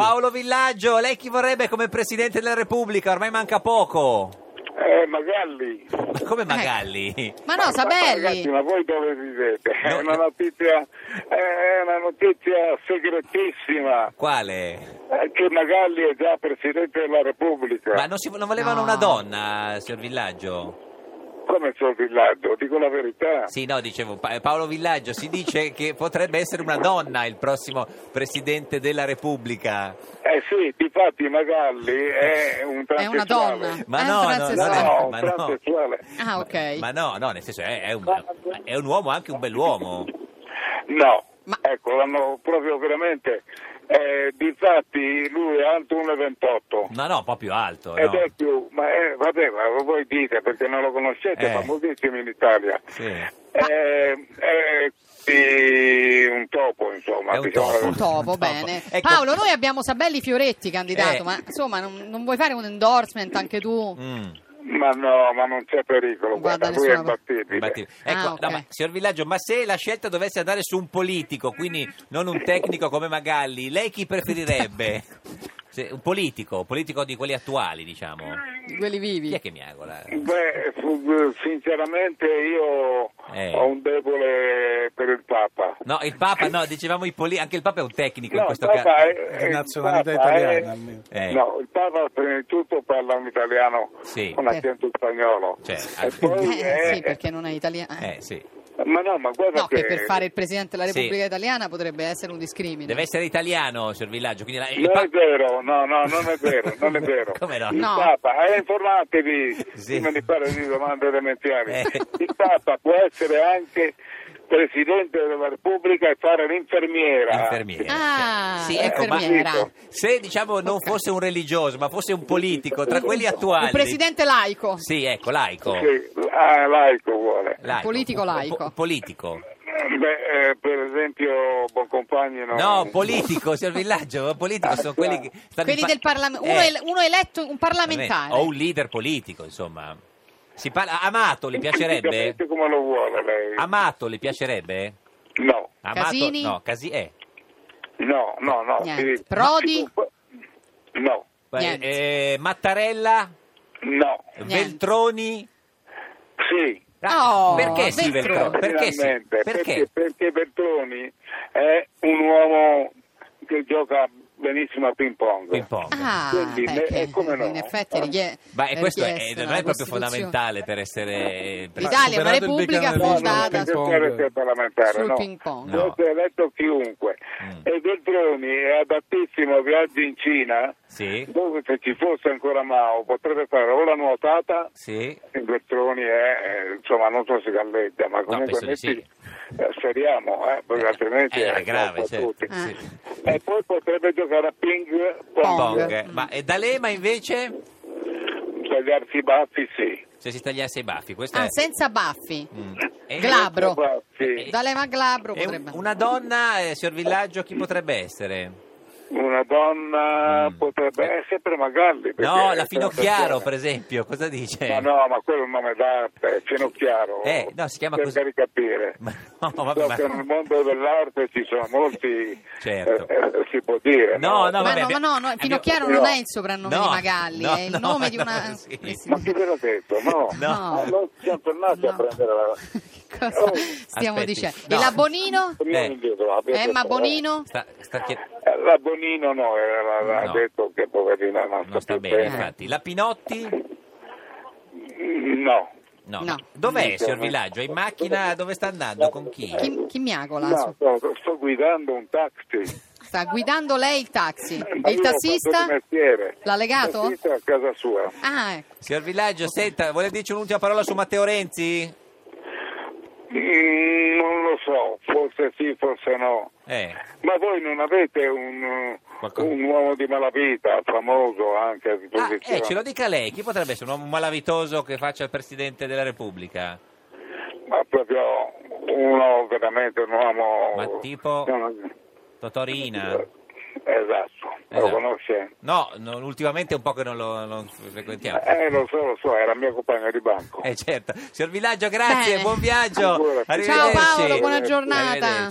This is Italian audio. Paolo Villaggio, lei chi vorrebbe come Presidente della Repubblica? Ormai manca poco. Eh, Magalli. Ma come Magalli? Ma no, Ragazzi, Sabelli. ma voi dove vivete? È No, una no. notizia, è una notizia segretissima Quale? eh, che Magalli è già Presidente della Repubblica. Ma non, si, non volevano No. una donna, signor Villaggio? Come il suo villaggio? Dico la verità. Sì, no, dicevo, Pa- Paolo Villaggio, si dice che potrebbe essere una donna il prossimo Presidente della Repubblica. Eh sì, difatti Eh, Magalli è un È una transessuale. donna. Ma È un no, no, non transessuale. è, No, no, Esatto. ma un transessuale. Ah, ok. Ma no, no, nel senso è, è un, è un uomo, anche un bell'uomo. No, Ma- ecco, l'hanno proprio veramente... Eh, difatti lui è alto 1,28. No, no, un po' più alto. Ed no. è più, ma eh, vabbè, ma voi dite perché non lo conoscete, Eh. è famosissimo in Italia. Sì. È, è sì, un topo, insomma. È un diciamo. topo. Un topo, Topo. bene. Ecco. Paolo, noi abbiamo Sabelli Fioretti Eh. candidato, ma insomma, non, non vuoi fare un endorsement anche tu? Mm. Ma no, ma non c'è pericolo, guarda, Guarda, lui è nessuna- imbattibile. Imbatti- Ecco, Ah, ok. no, ma, signor Villaggio, ma se la scelta dovesse andare su un politico, quindi non un tecnico come Magalli, lei chi preferirebbe? Se- un politico, un politico di quelli attuali, diciamo. Di quelli Chi è vivi. che mi agola? Beh, fu- sinceramente io Eh. ho un debole per il Papa. No, il Papa, no, dicevamo i poli- anche il Papa è un tecnico in No, il questo Papa caso. è, Di è il nazionalità Papa è- italiana, almeno. Eh. No, il Papa prima di tutto parla un italiano Sì. con accento spagnolo. Cioè, e poi Eh, è- sì, perché non è italiano. Eh, sì. Ma no, ma guarda No, che... che per fare il Presidente della Sì. Repubblica Italiana potrebbe essere un discrimine. Deve essere italiano, signor Villaggio. Quindi la- il Non Eh, Pa- è vero, no, no, non è vero, non è vero. Come no? Il No. Papa, eh, informatevi Sì. prima di fare le domande elementari. Eh. Il Papa può essere anche Presidente della Repubblica e fare l'infermiera. Infermiera. Ah, sì, ecco, ma infermiera. capito. se diciamo non fosse un religioso, ma fosse un politico, tra quelli attuali. Un presidente laico. Sì, ecco, laico. Sì, ah, laico vuole. Laico. Politico laico. Po- politico. Beh, eh, per esempio, Boncompagni non... No, politico, signor Villaggio, politico sono quelli che stanno Quelli in pa- del Parlamento. Uno, Eh, el- uno eletto, un parlamentare. O un leader politico, insomma. Si parla- Amato le piacerebbe? Capite come lo vuole lei? Amato le piacerebbe? no, Amato Casini? no, Casi eh. no, no, no. Niente. sì. Prodi? No, Niente. Eh, Mattarella, no, Niente. Veltroni. Ah, sì. Oh, perché sì, Veltroni. Veltroni? Perché sì? Eh, Finalmente, Perché? perché Bertoni è un uomo che gioca benissimo a ping pong. Ping pong. Ah, Quindi, beh, eh, che come no? in effetti è richie- Ma e questo è, richiesto non dalla è proprio Costituzione. fondamentale per essere... per- L'Italia è una Superato il repubblica bicameralismo, fondata il su- ping pong. Deve essere parlamentare, sul no. ping pong. No. Può essere eletto chiunque. Mm. E Veltroni è adattissimo a viaggi in Cina, Sì, dove se ci fosse ancora Mao potrebbe fare o la nuotata, sì. il Veltroni è, eh, insomma, non so se galleggia, ma comunque penso di metti- sì. eh, speriamo, eh, perché altrimenti Eh, è è grave, troppo a certo. tutti. Ah. Sì. E poi potrebbe giocare a ping pong. Pong. Pong. Mm. Eh, Ma e D'Alema invece? Tagliarsi i baffi, sì. Se si tagliasse i baffi, questa Ah, è... senza baffi. Mm. E- Glabro. Sì. D'Alema Glabro e Eh. un- potrebbe. una donna, eh, signor Villaggio, chi potrebbe essere? Una donna Mm. potrebbe essere sempre Magalli. perché No, è la una Finocchiaro, persona. per esempio, cosa dice? Ma no, ma quello è un nome d'arte, è Finocchiaro. Eh, no, si chiama Cerca così. di capire. Ma- no, vabbè, So ma- che nel mondo dell'arte ci sono molti, Certo. eh, eh, si può dire. No, no, ma vabbè, no, abbiamo- ma no, no, Finocchiaro abbiamo- non è il soprannome No, di Magalli, no, è il no, nome di no, una... sì. eh sì. Ma chi ve l'ha detto? No, No. Eh. Ah, non siamo tornati a No. prendere la... Che cosa Oh. stiamo Aspetti. dicendo? No. E la Bonino? Torniamo Eh. indietro, abbiamo Emma detto, eh. Bonino? sta, sta chied- Eh, La Bonino no, era- era- No. ha detto che poverina non, non sta più bene, infatti. La Pinotti? No. No. No. Dov'è, signor Villaggio? È In macchina? Dove sta andando? Con chi? Chi, chi miagola? No, sto, sto guidando un taxi. Sta guidando lei il taxi. Ma E Eh, io il ho tassista? fatto di mestiere. L'ha legato? Il tassista è a casa sua. Ah, ecco. Signor Villaggio, senta, vuole dirci un'ultima parola su Matteo Renzi? Mm, non lo so, forse sì, forse no. Eh, Ma voi non avete un, Qualcosa. un uomo di malavita, famoso anche a Ah, disposizione? eh, ce lo dica lei, chi potrebbe essere un uomo malavitoso che faccia il Presidente della Repubblica? Ma proprio uno veramente un uomo... Ma tipo- Non- Totorina? Esatto, lo Esatto. conosce? No, non- ultimamente è un po' che non lo non frequentiamo. Eh, lo so, lo so, era mio compagno di banco. Eh certo, signor Villaggio grazie, Bene. buon viaggio, Ancora. Ciao, arrivederci. Paolo, buona giornata. Arrivederci.